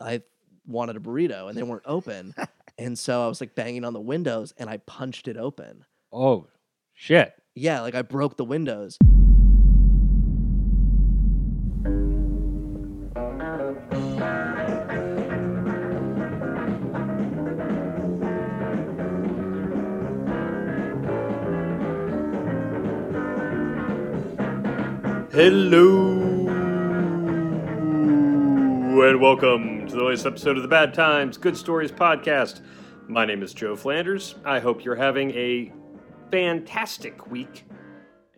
I wanted a burrito and they weren't open. and so I was like banging on the windows and I punched it open. Oh, shit. Yeah, like I broke the windows. Hello and welcome to the latest episode of the Bad Times Good Stories podcast. My name is Joe Flanders. I hope you're having a fantastic week,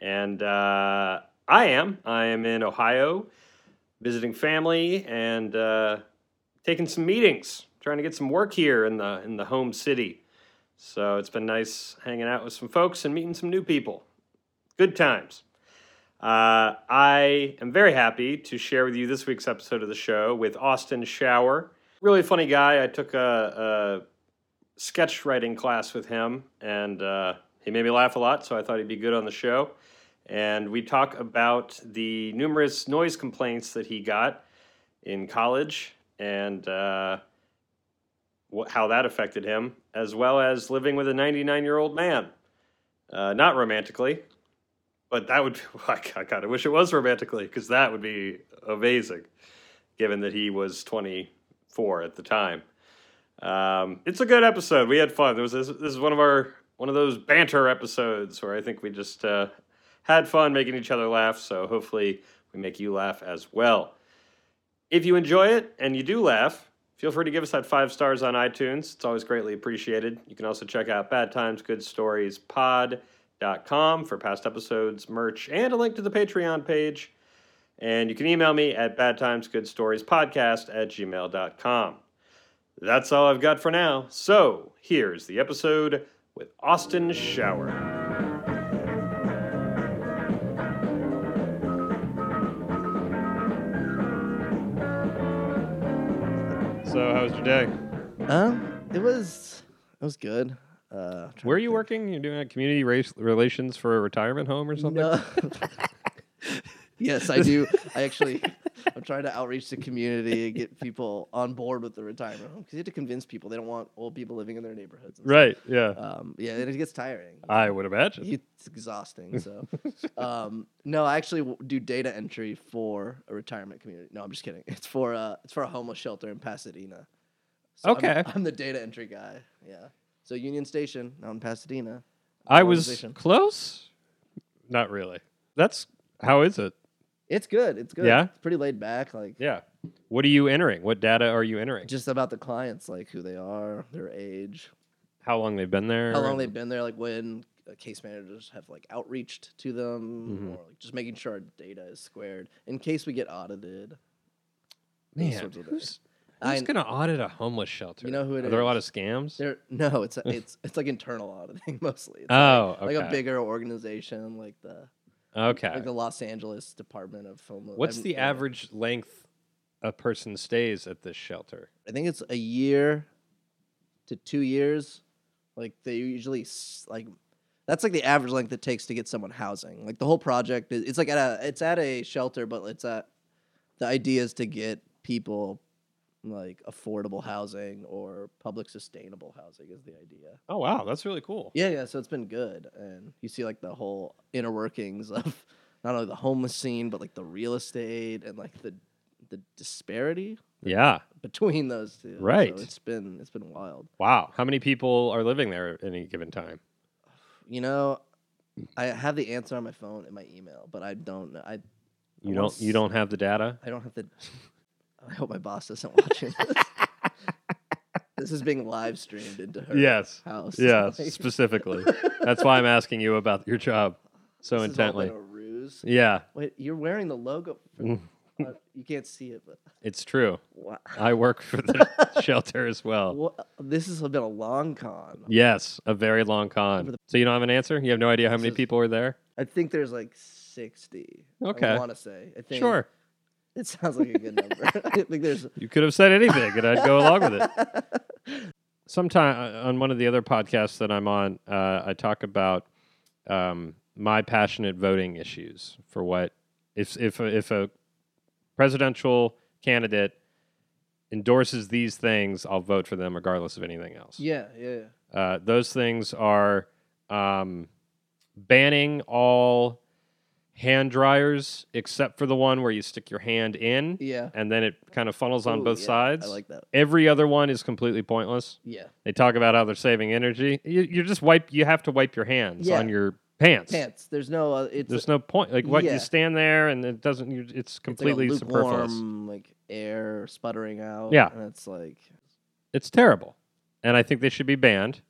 and uh, I am. I am in Ohio, visiting family and uh, taking some meetings, trying to get some work here in the in the home city. So it's been nice hanging out with some folks and meeting some new people. Good times. Uh, I am very happy to share with you this week's episode of the show with Austin Shower. Really funny guy. I took a, a sketch writing class with him, and uh, he made me laugh a lot, so I thought he'd be good on the show. And we talk about the numerous noise complaints that he got in college and uh, wh- how that affected him, as well as living with a 99 year old man. Uh, not romantically, but that would oh, I, kind of wish it was romantically because that would be amazing, given that he was 24 at the time. Um, it's a good episode. We had fun. There was this, this is one of our one of those banter episodes where I think we just uh, had fun making each other laugh. So hopefully we make you laugh as well. If you enjoy it and you do laugh, feel free to give us that five stars on iTunes. It's always greatly appreciated. You can also check out Bad Times Good Stories pod.com for past episodes, merch, and a link to the Patreon page. And you can email me at badtimesgoodstoriespodcast at gmail.com. That's all I've got for now. So here's the episode with Austin Shower. So how was your day? Um, it was it was good. Uh, Where are you working? You're doing like community race relations for a retirement home or something? No. yes, I do. I actually, I'm trying to outreach the community and get people on board with the retirement home because you have to convince people they don't want old people living in their neighborhoods. and stuff. Right, yeah. Um, yeah, and it gets tiring. I would imagine. It's exhausting. So, um, no, I actually w- do data entry for a retirement community. No, I'm just kidding. It's for uh, it's for a homeless shelter in Pasadena. So I'm- Okay. I'm, the data entry guy. Yeah. So Union Station out in Pasadena. I was organization. close. Not really. That's how is it? It's good. It's good. Yeah? It's pretty laid back. Like Yeah. What are you entering? What data are you entering? just about the clients, like who they are, their age, How long they've been there? how long and- they've been there, like when uh, case managers have like outreached to them, Mhm. or like just making sure our data is squared in case we get audited. those Man, sorts of things. who's, who's I- going to audit a homeless shelter? You know who it are there a is. lot of scams? There, no, it's it's it's like internal auditing mostly. It's Oh, like, like okay. a bigger organization, like the Okay. like the Los Angeles Department of Homeless. What's the average length a person stays at this shelter? I think it's a year to two years. Like they usually s- like that's like the average length it takes to get someone housing. Like the whole project, is, it's like at a it's at a shelter, but it's at the idea is to get people like affordable housing or public sustainable housing is the idea. Oh wow, that's really cool. Yeah, yeah. So it's been good, and you see like the whole inner workings of not only the homeless scene, but like the real estate and like the the disparity Yeah. between those two. So Right. it's been it's been wild. Wow. How many people are living there at any given time? You know, I have the answer on my phone and my email, but I don't. know- I You I don't wanna you s- don't have the data? I don't have the. I hope my boss isn't watching this. this is being live streamed into her Yes. house. Yeah, Like, specifically. That's why I'm asking you about your job so this has all been intently. a ruse. Yeah, Wait, you're wearing the logo. For, Mm. uh, you can't see it, but it's true. wow. I work for the shelter as well. Wha this has been a long con. Yes, a very long con. So you don't have an answer? You have no idea how This many is- people are there? I think there's like 60. Okay. I want to say. I think Sure. It sounds like a good number. I think there's. You could have said anything, and I'd go along with it. Sometime uh, on one of the other podcasts that I'm on, uh, I talk about um, my passionate voting issues for what if if if a presidential candidate endorses these things, I'll vote for them regardless of anything else. Yeah, yeah. yeah. Uh, those things are um, banning all hand dryers except for the one where you stick your hand in Yeah. and then it kind of funnels on Ooh, both yeah, sides. I like that. Every other one is completely pointless. Yeah. They talk about how they're saving energy. You, you just wipe. You have to wipe your hands Yeah. on your pants. Pants. There's no. Uh, it's There's no point. Like what Yeah. you stand there and it doesn't. You, it's it's like a completely superfluous. lukewarm, like air sputtering out. Yeah. and it's like It's terrible, and I think they should be banned.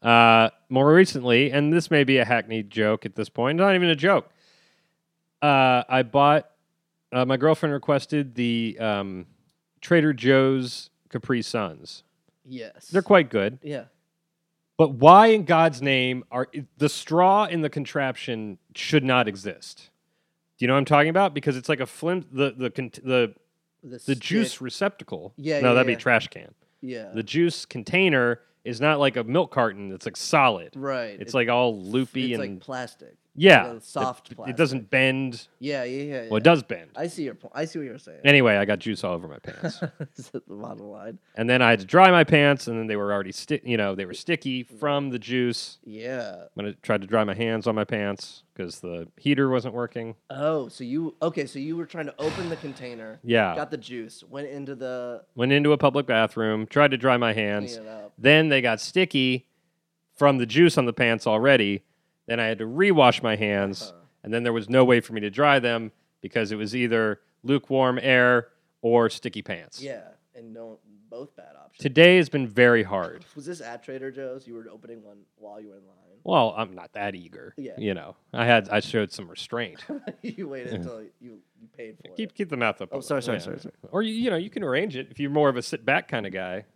Uh, more recently, and this may be a hackneyed joke at this point. Not even a joke. Uh, I bought. Uh, my girlfriend requested the um, Trader Joe's Capri Suns. yes, They're quite good. yeah. But why in God's name are the straw in the contraption should not exist? Do you know what I'm talking about? Because it's like a flim the the con- the, the stick- juice receptacle. Yeah, no, yeah, that'd yeah. be trash can. Yeah, The juice container is not like a milk carton. That's like solid. right. It's like all loopy it's and like plastic. yeah, a soft It, it plastic. doesn't bend. Yeah, yeah, yeah. Well, it yeah. does bend. I see your point. I see what you're saying. Anyway, I got juice all over my pants, Is that the bottom line? and then I had to dry my pants, and then they were already stick. You know, they were sticky from the juice. Yeah. when I tried to dry my hands on my pants because the heater wasn't working. Oh, so you okay? So you were trying to open the container, Yeah. got the juice, went into the Went into a public bathroom, tried to dry my hands. clean it up. Then they got sticky from the juice on the pants already. Then I had to rewash my hands. Uh-huh. And then there was no way for me to dry them because it was either lukewarm air or sticky pants. Yeah, and no, both bad options. Today has been very hard. Was this at Trader Joe's? You were opening one while you were in line. Well, I'm not that eager. Yeah. You know, I had I showed some restraint. you waited until you, you paid for keep it. keep the mouth open. Oh, sorry, sorry, sorry, sorry. Or you, you know, you can arrange it if you're more of a sit back kind of guy.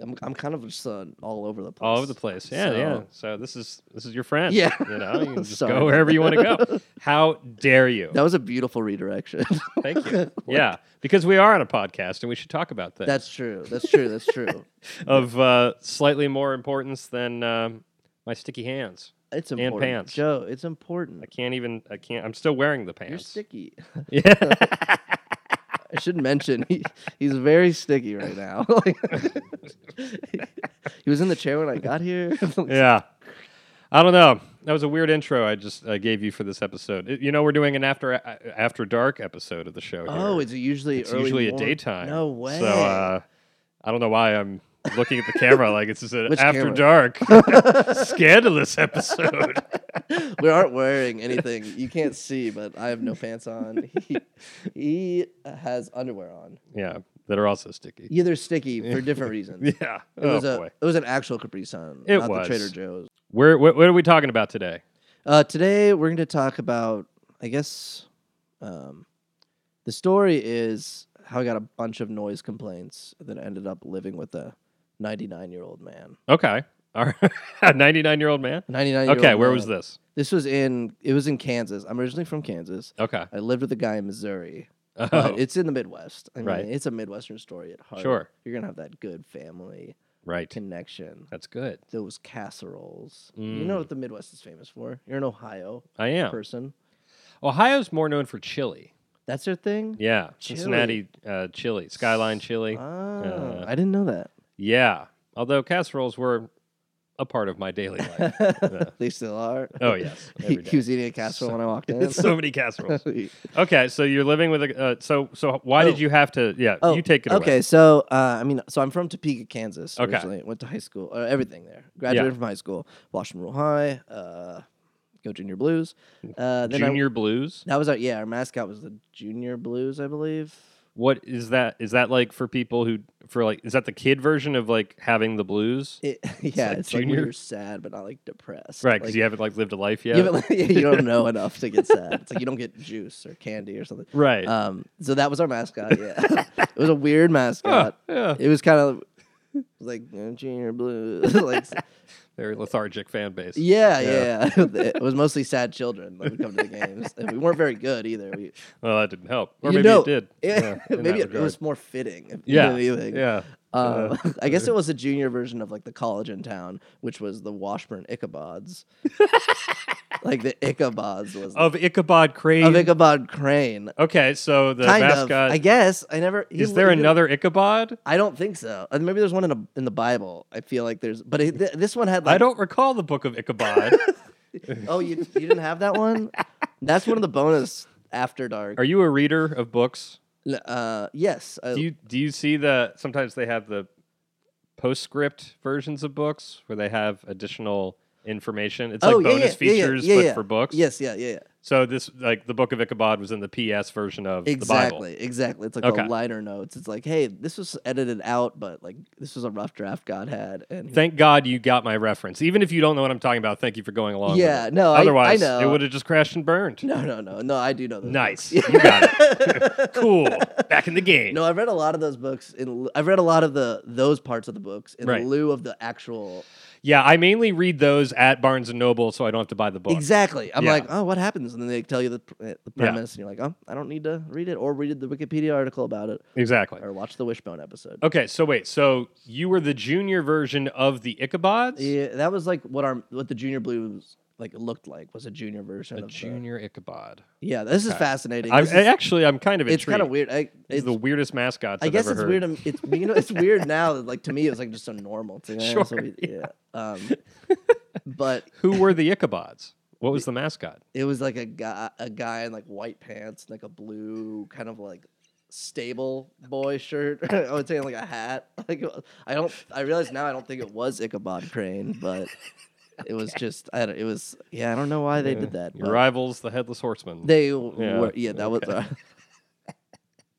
I'm, I'm kind of just uh, all over the place. all over the place. Yeah, yeah. So this is this is your friend. Yeah. you know, you can just Sorry. go wherever you want to go. How dare you? That was a beautiful redirection. Thank you. yeah, because we are on a podcast and we should talk about that that's true. That's true. That's true. of uh, slightly more importance than um, my sticky hands. It's important. pants. Joe, it's I important. can't even. I can't. I'm still wearing the pants. You're sticky. Yeah. I should mention he, he's very sticky right now. he was in the chair when I got here. yeah. I don't know. That was a weird intro I just uh, gave you for this episode. It- you know, we're doing an after uh, after dark episode of the show. Here. Oh, it's usually It's early usually morn- a daytime. No way. So uh, I don't know why I'm looking at the camera like it's just an Which after camera? dark scandalous episode. we aren't wearing anything. You can't see, but I have no pants on. He, he has underwear on. yeah, that are also sticky. Yeah, they're sticky for different reasons. Yeah. It oh was a boy. it was an actual Capri Sun, It not was. the Trader Joe's. Where what, what are we talking about today? Uh, today we're going to talk about, I guess, um, the story is how I got a bunch of noise complaints that I ended up living with a 99 year old man. Okay. All right. A 99 year old man. 99. -year-old Okay. Where was man. this? This was in it was in Kansas. I'm originally from Kansas. Okay. I lived with a guy in Missouri. Oh, But it's in the Midwest. I mean, Right. it's a Midwestern story at heart. Sure. You're going to have that good family right. connection, That's good. those casseroles. You Mm. know what the Midwest is famous for? You're an Ohio I am. person. Ohio's more known for chili. That's your thing? Yeah. Chili. Cincinnati uh, chili, Skyline chili. Ah, Uh, I didn't know that. yeah. Although casseroles were a part of my daily life. Yeah. they still are. Oh yes, every he, day. he was eating a casserole when I walked in. It's so many casseroles. okay, Okay, so you're living with a. Uh, so so why Oh. did you have to? Yeah, Oh, you take it. okay, Away. so uh, I mean, so I'm from Topeka, Kansas. Okay. Originally. Went to high school, uh, everything there. Graduated from high school, Washington Rural High, uh, go Junior Blues. Uh, then I, Junior blues. That was our yeah. Our mascot was the Junior Blues, I believe. What is that? Is that like for people who for like is that the kid version of like having the blues? It, yeah, like it's like when junior? you're sad but not like depressed. right, because like, you haven't like lived a life you yet. haven't- yeah, you don't know enough to get sad. It's like you don't get juice or candy or something. right. Um, so that was our mascot. Yeah, it was a weird Huh, mascot. Ah, yeah. It was kind of like uh, Junior Blues. like Very lethargic fan base. yeah, yeah. Yeah. it was mostly sad children that would come to the games. And we weren't very good either. We, Well, that didn't help. Or You maybe know, it did. it- yeah, in that maybe it regard. was more fitting. If Yeah. Anything. Yeah. Um, Uh, I guess it was a junior version of like the college in town, which was the Washburn Ichabods. like the Ichabods was Of Ichabod Crane. of Ichabod Crane. okay, so the kind mascot. of. I guess I never. he is li- there he did- another Ichabod? I don't think so. Uh, Maybe there's one in a, in the Bible. I feel like there's, but it, th- this one had like. I don't recall the Book of Ichabod. Oh, you you didn't have that one. That's one of the bonus after dark. Are you a reader of books? N- uh, yes. I, Do you do you see the sometimes they have the postscript versions of books where they have additional information. It's like Oh, yeah, bonus yeah, yeah, yeah, features yeah, but yeah. for books. yes. Yeah. Yeah. yeah. So this like the Book of Ichabod was in the PS version of the Bible. Exactly. Exactly. It's like Okay. the liner notes. It's like, hey, this was edited out, but like this was a rough draft God had, and Thank God you got my reference. Even if you don't know what I'm talking about, thank you for going along. with yeah, it. no, I- Otherwise, I, know. it would have just crashed and burned. No, no, no, no. I do know. Those Nice. books. You got it. cool. Back in the game. No, I've read a lot of those books. In l- I've read a lot of the those parts of the books in Right. lieu of the actual. Yeah, I mainly read those at Barnes and Noble, so I don't have to buy the book. Exactly. I'm Yeah. like, oh, what happens? And then they tell you the, pr- eh, the premise, and you're like, oh, I don't need to read it or read the Wikipedia article about it Exactly. or watch the Wishbone episode. Okay, so wait, so you were the junior version of the Ichabods? Yeah, that was like what our what the Junior Blues like looked like was a junior version A of the- junior Ichabod. yeah, this is Okay. fascinating. I'm, eh, This is- actually, I'm kind of it's intrigued. kind of weird. I, It's it's, the weirdest mascots I I've guess ever it's heard. weird. um, It's you know it's weird now. that, Like to me, it was like just so normal. To Sure, yeah. Um, but Who were the Ichabods? What was the mascot? it was like a guy a guy in like white pants and like a blue kind of like stable boy shirt i would say like a hat like uh, i don't i realize now i don't think it was ichabod crane but it was just i don't it was yeah i don't know why they did Yeah, that Your but rivals, the Headless Horseman. they Yeah, were yeah that was okay. uh,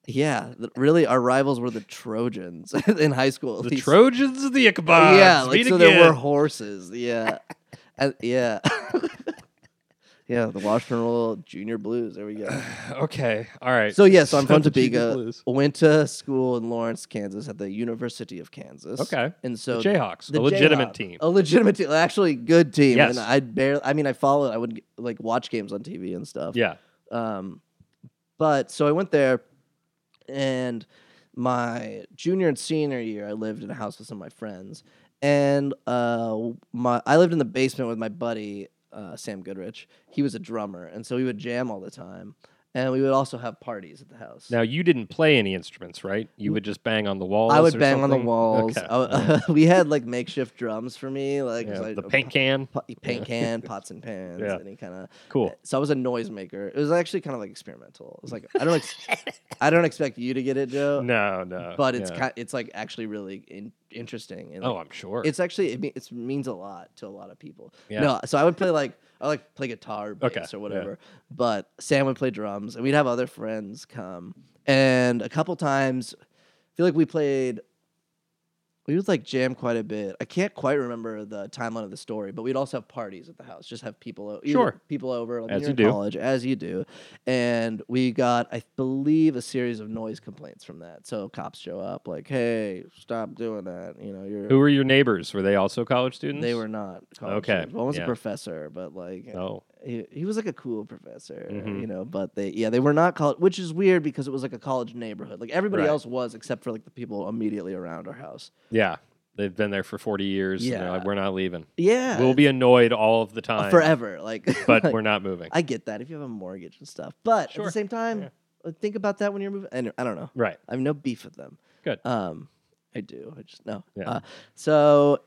yeah th- really our rivals were the trojans in high school at the least. Trojans of the Ichabods. yeah like meet so again. there were horses yeah And- yeah yeah the washburn roll junior blues there we go okay, all right. So yes, I'm from the Junior Topeka. Blues. Went to school in Lawrence, Kansas, at the University of Kansas. Okay. and so the Jayhawks, the a legitimate Jayhawks- team. a legitimate team, actually good team. Yes. and I barely. I mean, I followed. I would like watch games on TV and stuff. Yeah. Um, but so I went there, and my junior and senior year, I lived in a house with some of my friends, and uh, my I lived in the basement with my buddy uh, Sam Goodrich. He was a drummer, and so we would jam all the time, and we would also have parties at the house. Now you didn't play any instruments, right? You would just bang on the walls. I would or bang on the something? walls. Okay. I w- we had like makeshift drums for me, like Yeah, 'cause I- the paint can. pa- paint can, pots and pans, Yeah. any kind of Cool. So I was a noisemaker. It was actually kind of like experimental. It was like I don't, ex- I don't expect you to get it, Joe. No, no. but it's yeah. kind, it's like actually really in- interesting. And Oh, like, I'm sure. it's actually it, me- it's means a lot to a lot of people. Yeah. No, so I would play like I like play guitar, bass, Okay, or yeah. whatever. But Sam would play drums, and we'd have other friends come. And a couple times, I feel like we played. We would like jam quite a bit. I can't quite remember the timeline of the story, but we'd also have parties at the house. Just have people, o- you know, Sure. people over, like As when you you're in do. college, as you do. And we got, I believe, a series of noise complaints from that. So cops show up, like, "Hey, stop doing that." You know, you're Who were your neighbors? Were they also college students? they were not. college Okay, students. One was yeah. Oh. a professor, but like No. he, he was like a cool professor, Mhm. you know. But they yeah they were not college, which is weird because it was like a college neighborhood. Like everybody Right. else was except for like the people immediately around our house. Yeah. They've been there for 40 years. Yeah. Yeah. we're not leaving. Yeah, uh, We'll be annoyed all of the time. forever. Like, But like, we're not moving. I get that if you have a mortgage and stuff, but at Sure. the same time, Yeah. uh, think about that when you're moving. I, I don't know. right. I have no beef with them. Good. Um, I do. I just no. Yeah. Uh, so,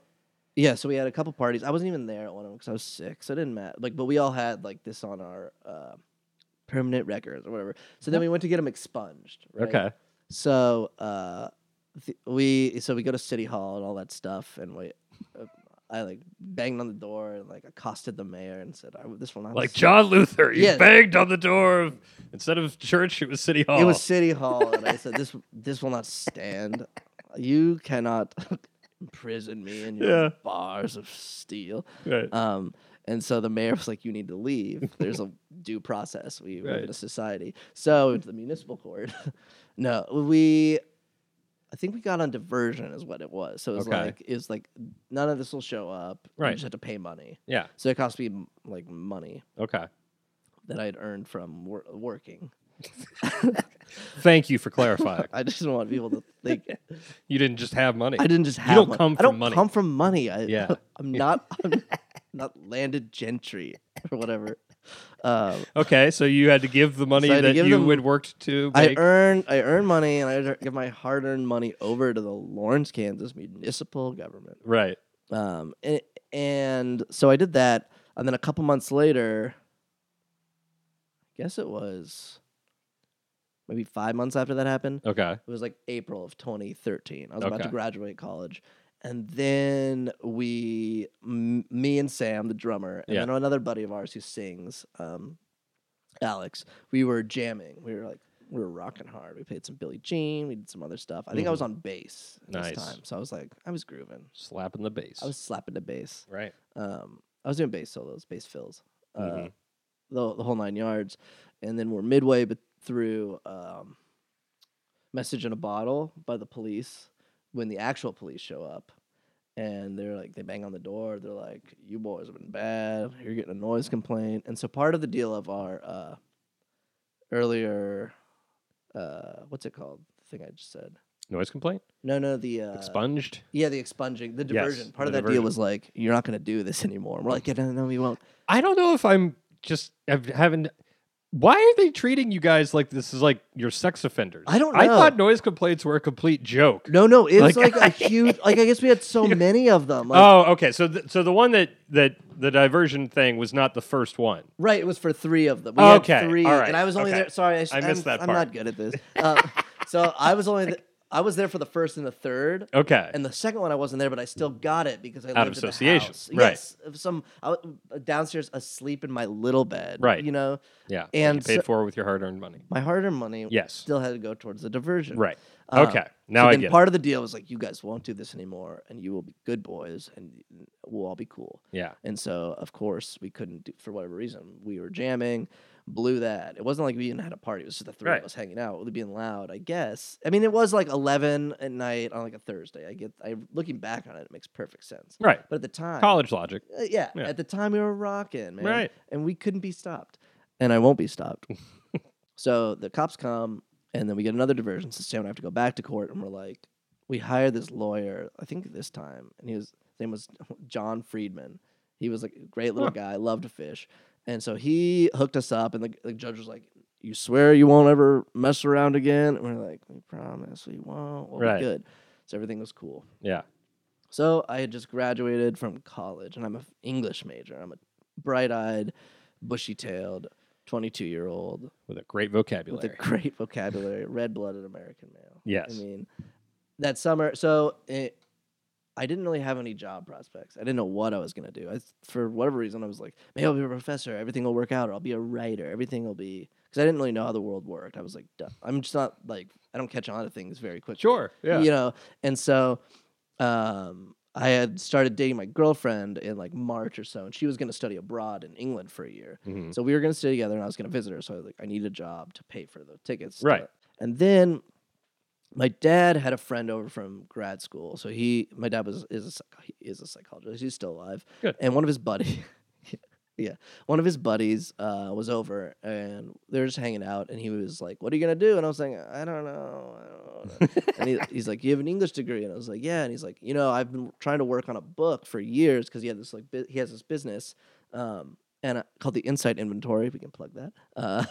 yeah. So we had a couple parties. I wasn't even there at one of them because I was sick, so it didn't matter. Like, but we all had like this on our uh, permanent records or whatever. So then we went to get them expunged. Right? Okay. So uh, th- we so we go to city hall and all that stuff, and we. Uh, I like banged on the door and like accosted the mayor and said, I, "This will not Like sit." John Luther, he Yeah. banged on the door of instead of church, it was City Hall. It was City Hall, and I said, "This this will not stand. You cannot imprison me in your Yeah. bars of steel." Right. Um, and so the mayor was like, "You need to leave. There's a due process. We live Right. in a society." So we went to the municipal court. no, we. I think we got on diversion, is what it was. So it was Okay. like it was like none of this will show up. Right. You just have to pay money. yeah. So it cost me m- like money Okay. that I'd earned from wor- working. Thank you for clarifying. I just don't want people to think You didn't just have money. I didn't just have. don't money. come I from don't money. come from money. I, Yeah. I'm not. I'm not landed gentry or whatever. Um, Okay, so you had to give the money So I had to that give you them- had worked to I make. earn I earn money and I give my hard earned money over to the Lawrence, Kansas municipal government. right. Um, and, and so I did that, and then a couple months later, I guess it was maybe five months after that happened. Okay. It was like April of 2013. I was about to Okay. graduate college. And then we, m- me and Sam, the drummer, and Yeah. then another buddy of ours who sings, um, Alex, we were jamming. We were like, we were rocking hard. We played some Billie Jean. We did some other stuff. I think I was on bass Mm-hmm. Nice. this time. So I was like, I was grooving. Slapping the bass. I was slapping the bass. right. Um, I was doing bass solos, bass fills, uh, Mhm. the, the whole nine yards. And then we're midway but through um, Message in a Bottle by the police when the actual police show up. And they're like, they bang on the door. They're like, you boys have been bad. You're getting a noise complaint. And so part of the deal of our uh, earlier, uh, what's it called? The thing I just said. Noise complaint? No, no, the uh, Expunged? yeah, the expunging, the Yes, diversion. Part of the that deal diversion. was like, you're not going to do this anymore. And we're like, yeah, no, no, we won't. I don't know if I'm just I've, haven't. Why are they treating you guys like this is like your sex offenders? I don't I know. thought noise complaints were a complete joke. No, no, it's like, Like- a huge. Like I guess we had so many of them. Like, oh, okay. So, th- so the one that that the diversion thing was not the first one. Right, it was for three of them. We had Okay, three, all right, and I was only okay. there. Sorry, I, sh- I I'm- missed that I'm part. not good at this. Uh, so I was only. th- I was there for the first and the third, Okay. and the second one I wasn't there, but I still got it because I lived Out of at the association, house. right. Yes, of some I w- uh, downstairs asleep in my little bed. Right. you know, yeah. that and you paid so- for with your hard-earned money. my hard-earned money Yes. still had to go towards the diversion. right. Um, okay. Now so I then get. part of the deal was like, you guys won't do this anymore, and you will be good boys, and we'll all be cool. it. Yeah. And so, of course, we couldn't do for whatever reason. We were jamming, blew that. It wasn't like we even had a party. It was just the three Right. of us hanging out, being loud. I guess. I mean, it was like eleven at night on like a Thursday. I get. I looking back on it, it makes perfect sense. Right. But at the time, College logic. uh, yeah, Yeah. At the time, we were rocking, man. Right. And we couldn't be stopped. And I won't be stopped. so the cops come, and then we get another diversion. So Sam and I have to go back to court, and we're like, we hired this lawyer, I think this time, and he was, his name was John Friedman. He was like a great little Huh. guy, loved to fish. And so he hooked us up, and the, the judge was like, you swear you won't ever mess around again? And we're like, we promise we won't. We'll Right. be good. So everything was cool. Yeah. So I had just graduated from college, and I'm an English major. I'm a bright-eyed, bushy-tailed, 22-year-old With a great with a vocabulary. great vocabulary, red-blooded American male. Yes. I mean, that summer, so it, I didn't really have any job prospects. I didn't know what I was gonna do. I, for whatever reason, I was like, maybe I'll be a professor. Everything will work out. Or I'll be a writer. Everything will be because I didn't really know how the world worked. I was like, duh. I'm just not like I don't catch on to things very quickly sure. Yeah. you know and so um i had started dating my girlfriend in like march or so and she was going to study abroad in england for a year Mhm. so we were going to stay together and i was going to visit her so i was like i need a job to pay for the tickets to- Right. and then my dad had a friend over from grad school so he my dad was is a, psych- he is a psychologist he's still alive Good. and one of his buddies yeah one of his buddies uh, was over and they were just hanging out and he was like what are you going to do and i was like i don't know, I don't know and he, he's like, "You have an English degree," and I was like, "Yeah." And he's like, "You know, I've been trying to work on a book for years because he had this like bu- he has this business, um, and uh, called the Insight Inventory. We can plug that. Uh,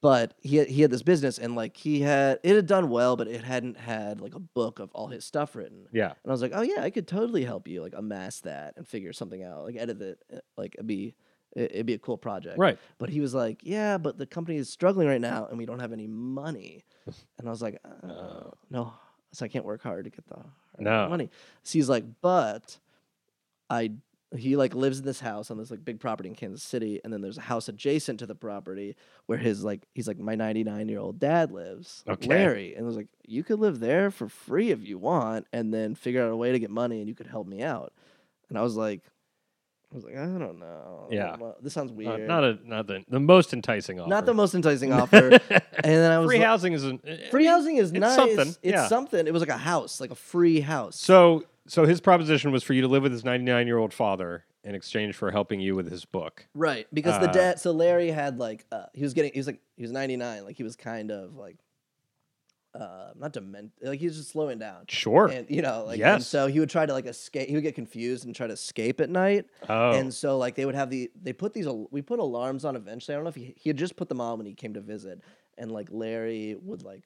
but he had, he had this business, and like he had it had done well, but it hadn't had like a book of all his stuff written. Yeah. And I was like, "Oh yeah, I could totally help you like amass that and figure something out, like edit it, uh, like it'd be it- it'd be a cool project." Right. But he was like, "Yeah, but the company is struggling right now, and we don't have any money." And I was like, uh, No. "No, so I can't work hard to get the hard No. Uh, money." So he's like, "But I." He like lives in this house on this like big property in Kansas City, and then there's a house adjacent to the property where his like he's like my 99 year old dad lives, Okay. Larry, and I was like, "You could live there for free if you want, and then figure out a way to get money, and you could help me out." And I was like, I was like, I don't know. Yeah. Well, this sounds Not, weird. not a not the, the most enticing offer. Not the most enticing offer. and then I was free like- housing is an, eh, free housing is It's nice. something, It's yeah. something. It was like a house, like a free house. So so his proposition was for you to live with his 99 year old father in exchange for helping you with his book. Right, because the Uh, dad. So Larry had like uh, he was getting. He was like he was ninety nine. Like he was kind of like, uh, not dement. Like he was just slowing down. Sure. And you know, like and Yes. so he would try to like escape. He would get confused and try to escape at night. oh, And so like they would have the they put these al- we put alarms on eventually. I don't know if he he had just put them on when he came to visit, and like Larry would like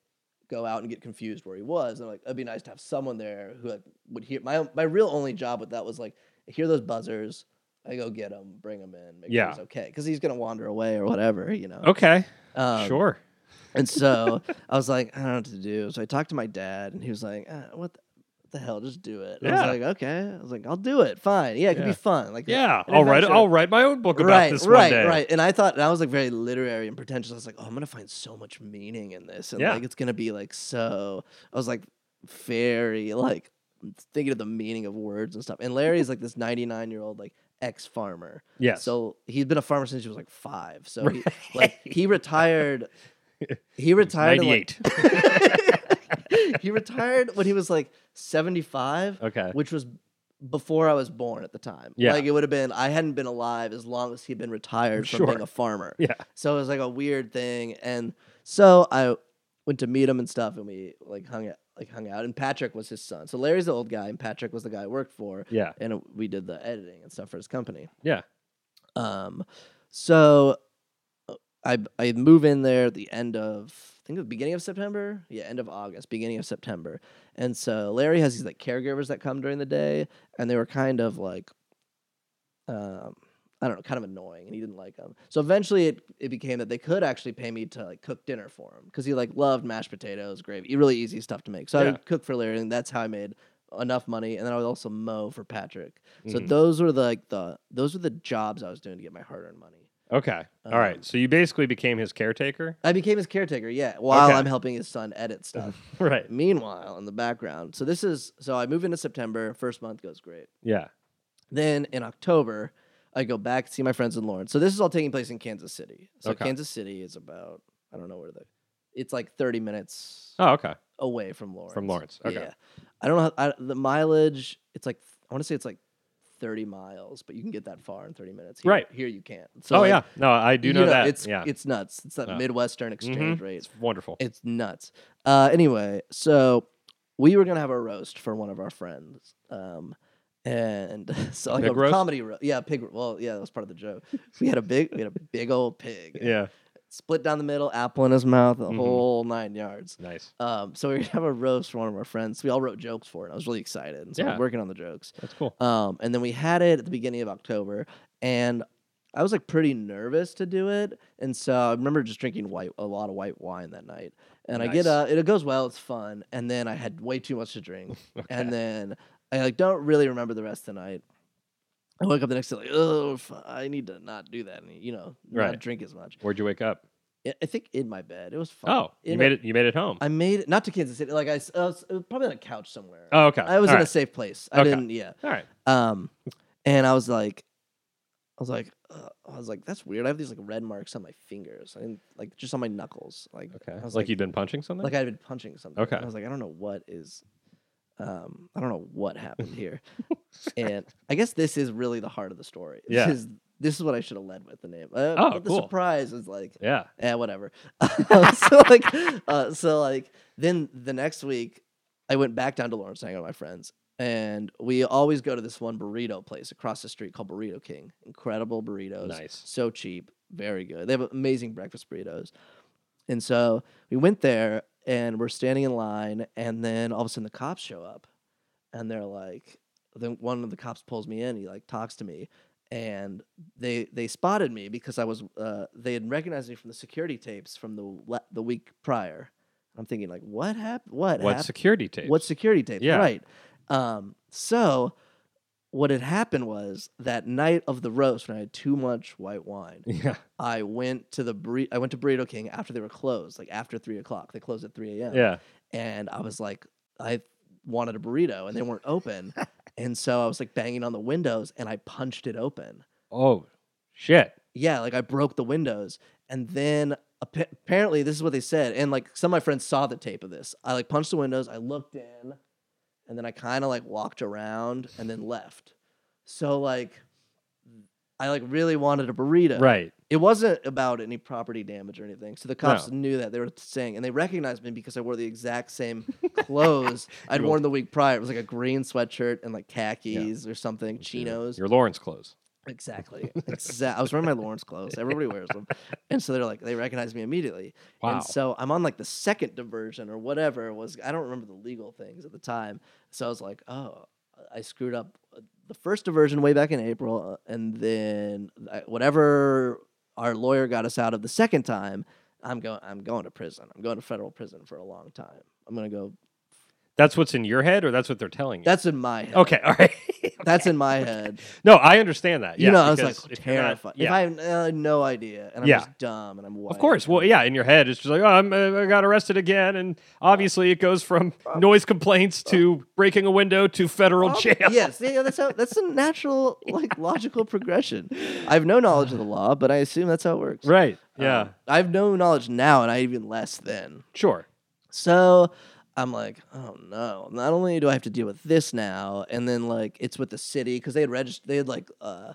go out and get confused where he was. And like it'd be nice to have someone there who like would hear my my real only job with that was like I hear those buzzers. I go get him, bring him in, make Yeah. sure he's okay, because he's gonna wander away or whatever, you know. okay, Um, sure. and so I was like, I don't know what to do. So I talked to my dad, and he was like, uh, what, the, what the hell? Just do it. And I Yeah. was like, okay. I was like, I'll do it. Fine. Yeah, it could Yeah. be fun. Like, Yeah, an I'll write. adventure." I'll write my own book about right, this right, one day. right. And I thought, and I was like very literary and pretentious. I was like, oh, I'm gonna find so much meaning in this, and Yeah. like it's gonna be like so. I was like very like thinking of the meaning of words and stuff. And Larry's like this 99 year old like ex farmer. Yes. So he's been a farmer since he was like five. So he, like he retired. He retired. in, like- Ninety-eight. he retired when he was like 75 okay. which was before I was born at the time. Yeah. Like it would have been I hadn't been alive as long as he'd been retired from Sure. being a farmer. Yeah. So it was like a weird thing. And so I went to meet him and stuff and we like hung out like hung out. And Patrick was his son. So Larry's the old guy and Patrick was the guy I worked for. Yeah. And it- we did the editing and stuff for his company. Yeah. Um so uh, I I move in there at the end of I think the beginning of September. Yeah, end of August, beginning of September. And so Larry has these like caregivers that come during the day, and they were kind of like, um, I don't know, kind of annoying, and he didn't like them. So eventually, it, it became that they could actually pay me to like cook dinner for him because he like loved mashed potatoes, gravy, really easy stuff to make. So I Yeah. would cook for Larry, and that's how I made enough money. And then I would also mow for Patrick. So Mhm. those were the, like the those were the jobs I was doing to get my hard earned money. Okay. All Um, right. So you basically became his caretaker. I became his caretaker, yeah, while Okay. Mm-hmm. I'm helping his son edit stuff. Right. Meanwhile, in the background, so this is so I move into September. First month goes great. Yeah. Then in October, I go back see my friends in Lawrence. So this is all taking place in Kansas City. So Okay. Kansas City is about I don't know where the it's like 30 minutes Oh, okay. away from Lawrence. Lawrence, okay. Yeah. I don't know how, I, the mileage. It's like I want to say it's like 30 miles, but you can get that far in 30 minutes. Here, Right. here you can't. oh like, yeah. No, I do you know, that. It's yeah. it's nuts. It's that Yeah. Midwestern exchange Mhm. rate. It's wonderful. It's nuts. Uh, anyway, so we were gonna have a roast for one of our friends, um, and so like Pig a roast? comedy roast. Yeah, pig. ro- Well, yeah, that was part of the joke. We had a big, we had a big old pig. yeah. split down the middle, apple in his mouth, the Mhm. whole nine yards. Nice. Um, so we were gonna have a roast for one of our friends. We all wrote jokes for it. I was really excited, and so I was Yeah. working on the jokes. That's cool. Um, and then we had it at the beginning of October, and I was like pretty nervous to do it, and so I remember just drinking white a lot of white wine that night. And I get Nice. up, it goes well, it's fun, and then I had way too much to drink, and then I like don't really remember the rest of the night. I wake up the next day like, oh, f- I need to not do that, and you know, not Right. drink as much. Where'd you wake up? I- I think in my bed, it was fun. Oh, you made it. You made it home. I made it not to Kansas City. Like I, s- I was, it was probably on a couch somewhere. oh, okay. I was All in a right. safe place. I Okay. didn't. Yeah. All right. Um, and I was like, I was like, uh, I was like, that's weird. I have these like red marks on my fingers. I didn't, like just on my knuckles. Like Okay. I Like, was you'd been punching something. like I had been punching something. Okay. And I was like, I don't know what is, um, I don't know what happened here. and I guess this is really the heart of the story. Yeah. This is, this is what I should have led with the name. Uh, Oh, but the cool. surprise is like yeah. yeah, Eh, whatever. so like, uh, so like, then the next week, I went back down to Lawrence to hang out with my friends, and we always go to this one burrito place across the street called Burrito King. Incredible burritos, Nice. so cheap, very good. They have amazing breakfast burritos, and so we went there, and we're standing in line, and then all of a sudden the cops show up, and they're like, then one of the cops pulls me in, he like talks to me, and they they spotted me because I was uh, they had recognized me from the security tapes from the le- the week prior. I'm thinking like, what happened? What What happened? security tape? What security tapes? Yeah. Right. Um, so what had happened was that night of the roast when I had too much white wine, Yeah. I went to the burri- I went to Burrito King after they were closed, like after three o'clock. They closed at three a.m Yeah. and I was like, I wanted a burrito, and they weren't open, and so I was like banging on the windows, and I punched it open. Oh, shit. Yeah, like I broke the windows, and then appa- apparently this is what they said, and like some of my friends saw the tape of this. I like punched the windows, I looked in, and then I kind of like walked around and then left. So like I like really wanted a burrito. Right. It wasn't about any property damage or anything. So the cops knew that they were saying, and they recognized me because I wore the exact same clothes I'd You're- worn the week prior. It was like a green sweatshirt and like khakis or something, chinos. Your Lawrence clothes. Exactly. Exactly. I was wearing my Lawrence clothes. Everybody wears them. And so they're like, they recognize me immediately. Wow. And so I'm on like the second diversion or whatever it was. I don't remember the legal things at the time. So I was like, oh, I screwed up uh, the first diversion way back in April. uh, And then I- whatever our lawyer got us out of the second time, I'm going, I'm going to prison. I'm going to federal prison for a long time. I'm going to go. That's what's in your head, or that's what they're telling you. That's in my head. okay. All right. That's in my head. no, I understand that. Yeah, you know, I was like because if you're not- terrified. yeah. If I have uh, no idea and I'm Yeah. just dumb and I'm white. Of course. Well, yeah, in your head, it's just like, oh, I'm, uh, I got arrested again. And obviously, it goes from noise complaints to breaking a window to federal Prob- jail. yes, yeah, that's how that's a natural, like logical progression. I have no knowledge of the law, but I assume that's how it works. Right. Um, Yeah. I have no knowledge now, and I even less then. sure. So I'm like, oh no! Not only do I have to deal with this now, and then like it's with the city because they had registered, they had like, uh,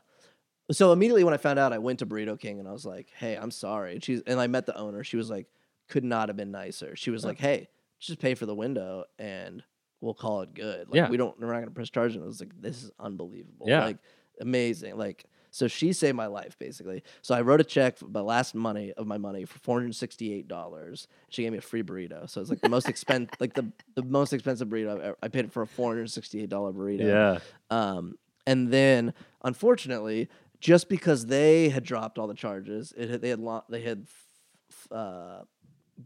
so immediately when I found out, I went to Burrito King and I was like, hey, I'm sorry. And she's and I met the owner. She was like, could not have been nicer. She was like, hey, just pay for the window and we'll call it good. Like Yeah. we don't, we're not gonna press charge. And I was like, this is unbelievable. Yeah. like amazing. Like. So she saved my life basically. So I wrote a check for my last money of my money for four hundred sixty-eight dollars. She gave me a free burrito. So it's like the most expensive, like the, the most expensive burrito I've ever. I paid for a four hundred sixty-eight dollar burrito. Um, and then, unfortunately, just because they had dropped all the charges, it had, they had lau- they had f- uh,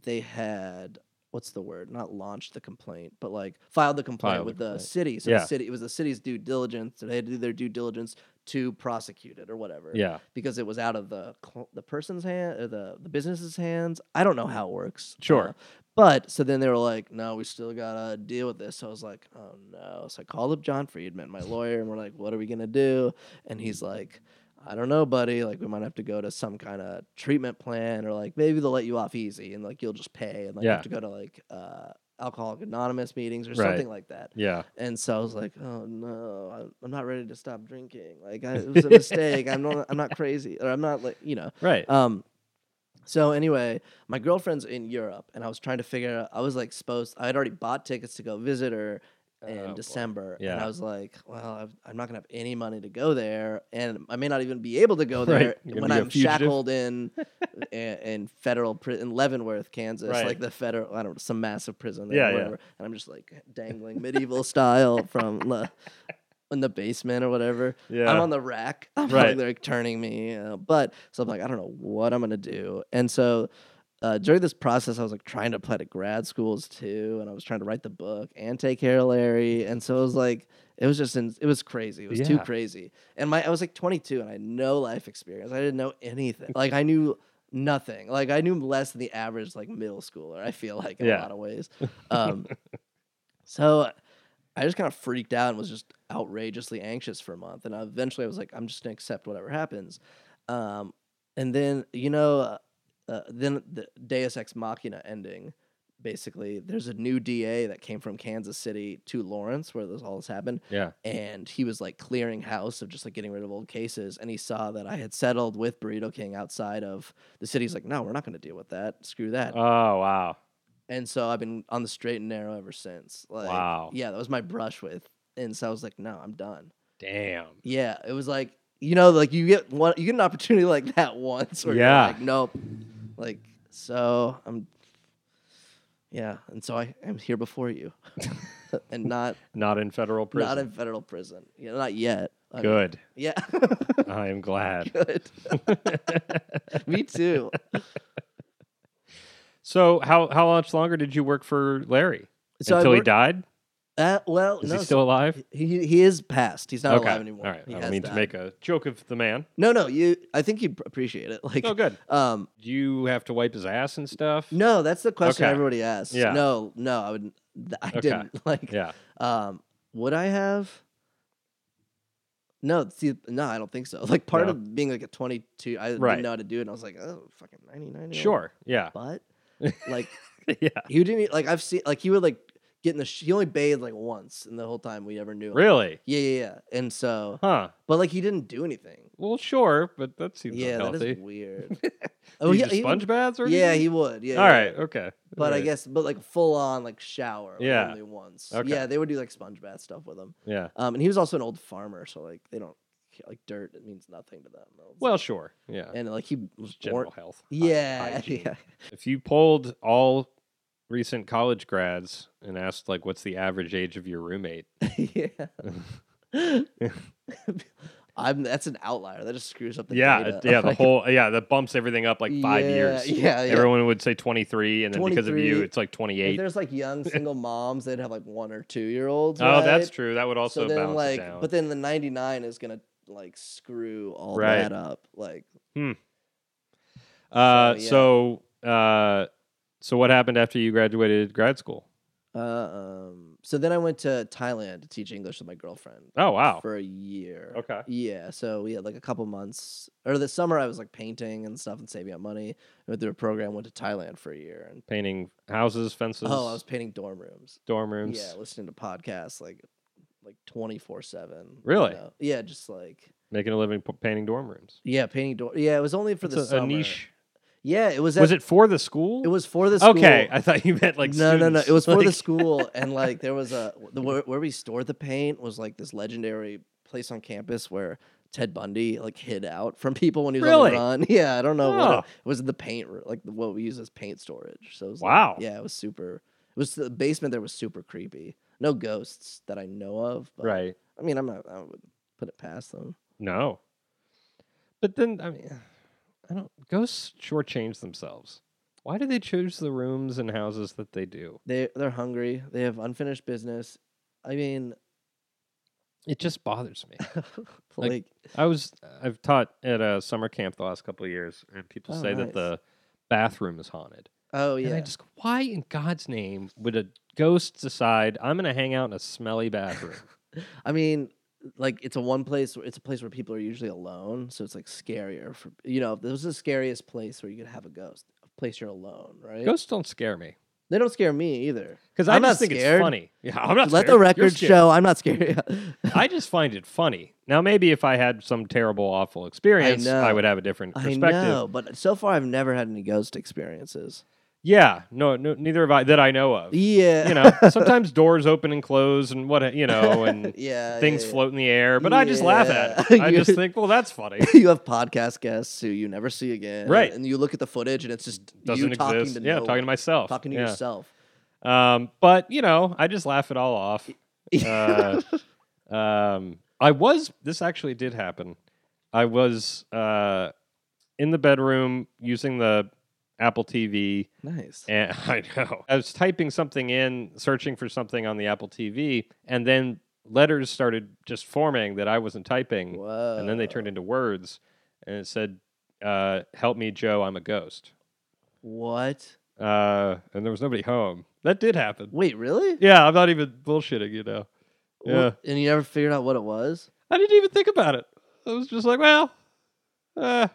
they had what's the word? Not launched the complaint, but like filed the complaint Filed the with the, complaint. city. So Yeah. the city it was the city's due diligence. So they had to do their due diligence to prosecute it or whatever Yeah. because it was out of the cl- the person's hand or the the business's hands. I don't know how it works. Sure. uh, but so then they were like, "No, we still gotta deal with this." So I was like, "Oh no!" So I called up John Friedman, my lawyer, and we're like, "What are we gonna do?" And he's like, "I don't know, buddy. Like, we might have to go to some kind of treatment plan, or like maybe they'll let you off easy, and like you'll just pay, and like you Yeah. have to go to like uh, Alcoholic Anonymous meetings or Right. something like that." Yeah. And so I was like, "Oh no, I- I'm not ready to stop drinking. Like I, it was a mistake. I'm not, I'm not crazy, or I'm not like you know." Right. Um, so anyway, my girlfriend's in Europe, and I was trying to figure out. I was like supposed. I had already bought tickets to go visit her in Oh, boy. December, and Yeah. I was like, "Well, I've, I'm not gonna have any money to go there, and I may not even be able to go Right. there You're gonna when be a I'm fugitive. shackled in in, in federal prison in Leavenworth, Kansas, Right. like the federal. I don't know, some massive prison. There, Yeah, or yeah. whatever. And I'm just like dangling medieval style from the in the basement or whatever. Yeah. I'm on the rack. I'm Right. like, they're like turning me. Uh, but so I'm like, I don't know what I'm gonna do. And so uh, during this process, I was like trying to apply to grad schools too, and I was trying to write the book and take Larry. And so it was like, it was just, in, it was crazy. It was too Yeah. crazy. And my, I was like 22, and I had no life experience. I didn't know anything. like I knew nothing. Like I knew less than the average like middle schooler. I feel like in a Yeah. lot of ways. Um, so I just kind of freaked out and was just outrageously anxious for a month. And I- eventually, I was like, I'm just gonna accept whatever happens. Um, and then you know, uh, uh, then the Deus Ex Machina ending. Basically, there's a new DA that came from Kansas City to Lawrence, where this all this happened yeah. and he was like clearing house of just like getting rid of old cases and he saw that i had settled with burrito king outside of the city he's like no we're not going to deal with that screw that Oh, wow. and so i've been on the straight and narrow ever since like Wow. yeah that was my brush with and so i was like no i'm done Damn. yeah it was like you know like you get one you get an opportunity like that once where Yeah. you're like nope like so i'm yeah and so i am here before you and not Not in federal prison. not in federal prison yeah not yet I mean, Good. yeah. I am glad. Good. Me too. So, how, how much longer did you work for Larry? So I Until he work- died? Uh, well, Is no, he so still alive? he he is passed. He's not okay. alive anymore. All right. He I has don't mean to died. make a joke of the man. No, no. You, I think you'd appreciate it. Like, Oh, good. um, Do you have to wipe his ass and stuff? no, that's the question Okay. everybody asks. Yeah. No, no, I wouldn't. th- I Okay. didn't. Like, Yeah. um, would I have? No, see, no, I don't think so. Like, part No. of being like a twenty-two, I Right. didn't know how to do it, and I was like, oh, fucking ninety-nine. Sure. Yeah. but like. yeah. He didn't like I've e, seen like he would like getting the sh- he only bathed like once in the whole time we ever knew. Him. Really? Yeah, yeah, yeah. And so, Huh. but like he didn't do anything. Well, sure, but that seems yeah, unhealthy. that is weird. oh, he- yeah, he- sponge baths or Yeah, anything? he would. Yeah. All yeah. right. Okay. But I Alright, guess, but like full on like shower. like, Yeah. Only once. Okay. Yeah, they would do like sponge bath stuff with him. Yeah. Um, and he was also an old farmer, so like they don't like dirt. It means nothing to them. Well, sure. Yeah. and like he was Just general born. health. hy- Yeah, hygiene. yeah. If you polled all recent college grads and asked like, "What's the average age of your roommate?" yeah. I'm that's an outlier. That just screws up the yeah, data. it- yeah. The Like, whole yeah that bumps everything up like five yeah, years. Yeah, yeah. Everyone would say 23, and then because of 23. you, it's like if 28. there's like young single moms, they'd have like one or two year olds. Oh, that's right? true. That would also so then balance like, it down. but then the 99 is gonna like screw all Right. that up. Like, uh, so, yeah. so, uh, so what happened after you graduated grad school? uh, um. So then I went to Thailand to teach English with my girlfriend. Oh, wow. For a year. Okay. Yeah, so we had like a couple months, or the summer I was like painting and stuff and saving up money. I went through a program, went to Thailand for a year, and Painting houses, fences, oh, I was painting dorm rooms. dorm rooms. Yeah, listening to podcasts like like twenty four seven. Really? Yeah, just like Making a living p- painting dorm rooms. yeah, painting door. Yeah, it was only for the It's a, a summer. niche. Yeah, it was. Was at- it for the school? It was for the school. Okay, I thought you meant like no, no, no. students. It was for the Like- school, and like there was a the, where, where we stored the paint was like this legendary place on campus where Ted Bundy like hid out from people when he was on Really? the run. Yeah, I don't know. What Huh. it, it was in the paint room, like what we use as paint storage. So it was like- Wow. yeah, it was super. It was the basement there was super creepy. No ghosts that I know of. But, Right. I mean, I'm not. I would put it past them. No. But then I mean, I don't. Ghosts shortchange themselves. Why do they choose the rooms and houses that they do? They they're hungry. They have unfinished business. I mean, It just bothers me. Like, like I was I've taught at a summer camp the last couple of years, and people Oh, say nice. that the bathroom is haunted. oh And I yeah. just go, why in God's name would a ghost decide I'm going to hang out in a smelly bathroom? I mean, like it's a one place. It's a place where people are usually alone, so it's like scarier. For you know, this is the scariest place where you could have a ghost. A place you're alone, right? Ghosts don't scare me They don't scare me either. because I I'm just not think scared. it's funny. Yeah, I'm not. Let scared. the You're record scared. show I'm not scared. I just find it funny. Now, maybe if I had some terrible, awful experience, I, know. would have a different I perspective. know, but so far I've never had any ghost experiences. Yeah, no, no, neither have I that I know of. Yeah, You know, sometimes doors open and close, and what you know, and yeah, things yeah, yeah. float in the air. But I just laugh at it. Yeah. I just You- think, well, that's funny. you have podcast guests who you never see again, Right. And you look at the footage, and it's just Doesn't you talking exist. to yeah, no talking to one, myself. talking to yeah. yourself. Um, but you know, I just laugh it all off. Uh, um, I was this actually did happen. I was uh, in the bedroom using the Apple TV, nice. and I know I was typing something in, searching for something on the Apple TV, and then letters started just forming that I wasn't typing, Whoa. and then they turned into words, and it said, uh, "Help me, Joe, I'm a ghost," What? uh, and there was nobody home. That did happen. Wait, really? Yeah, I'm not even bullshitting, you know. Well, And you never figured out what it was? I didn't even think about it. I was just like, well, uh,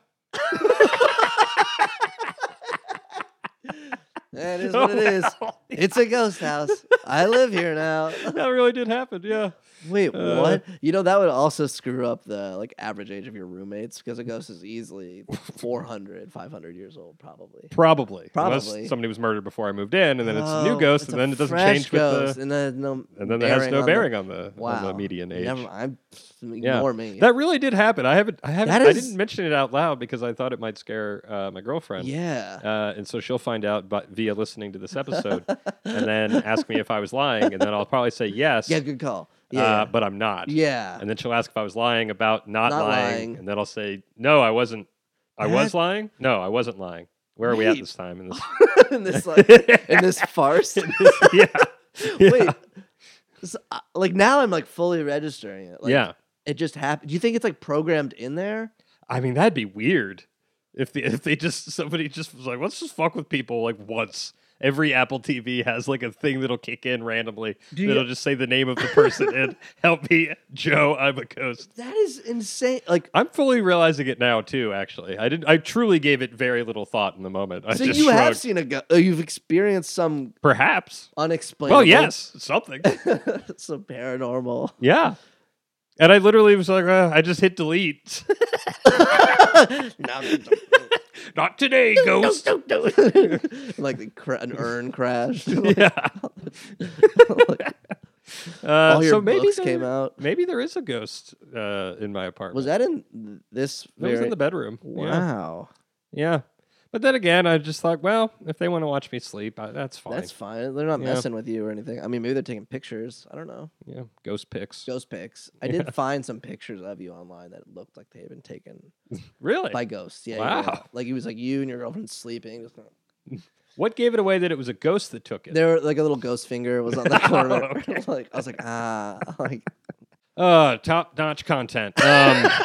That is what it is. It's a ghost house. I live here now. that really did happen. Yeah. Wait, Uh. what? You know that would also screw up the like average age of your roommates because a ghost is easily 400, 500 years old probably. Probably. Unless Probably. somebody was murdered before I moved in, and then it's a new Oh, ghost, it's a and then it doesn't fresh change ghost, with the. and then no And then that has on no the- bearing on the, wow. on the median age. Never, I'm ignore Yeah. me. That really did happen. I haven't. I haven't. That I is- didn't mention it out loud because I thought it might scare uh, my girlfriend. yeah. Uh, and so she'll find out by, via listening to this episode, and then ask me if I was lying, and then I'll probably say yes. Yeah, good call. Uh, Yeah. but I'm not. yeah. And then she'll ask if I was lying about not, Not lying, lying. And then I'll say, no, I wasn't. I was That- lying? No, I wasn't lying. Where are we at Wait. this time? In this, in this like in this farce. yeah. Yeah. Wait. So, uh, like now I'm like fully registering it. Like, yeah. It just happened. Do you think it's like programmed in there? I mean, that'd be weird if the, if they just, somebody just was like, let's just fuck with people like once. Every Apple TV has like a thing that'll kick in randomly. Do you- that'll just say the name of the person and help me, Joe. I'm a ghost. That is insane. Like, I'm fully realizing it now too. Actually, I didn't. I truly gave it very little thought in the moment. I so just you shrugged. have seen a ghost. You've experienced some perhaps. unexplainable. Well, yes, something. some paranormal. yeah. And I literally was like, uh, I just hit delete. Now- Not today, ghost. like the cra- an urn crashed. yeah. uh, All your so maybe books there- came out. Maybe there is a ghost uh, in my apartment. Was that in this? That Very- was in the bedroom. Yeah. Wow, Yeah. But then again, I just thought, well, if they want to watch me sleep, I, that's fine. that's fine. They're not Yeah. messing with you or anything. I mean, maybe they're taking pictures. I don't know. yeah, ghost pics. Ghost pics. I did find some pictures of you online that looked like they had been taken Really? by ghosts. Yeah, yeah, yeah. Wow. Like it was like you and your girlfriend sleeping. Just kinda- what gave it away that it was a ghost that took it? There were like a little ghost finger was on the corner. okay. like I was like ah, like Uh, top notch content. Um,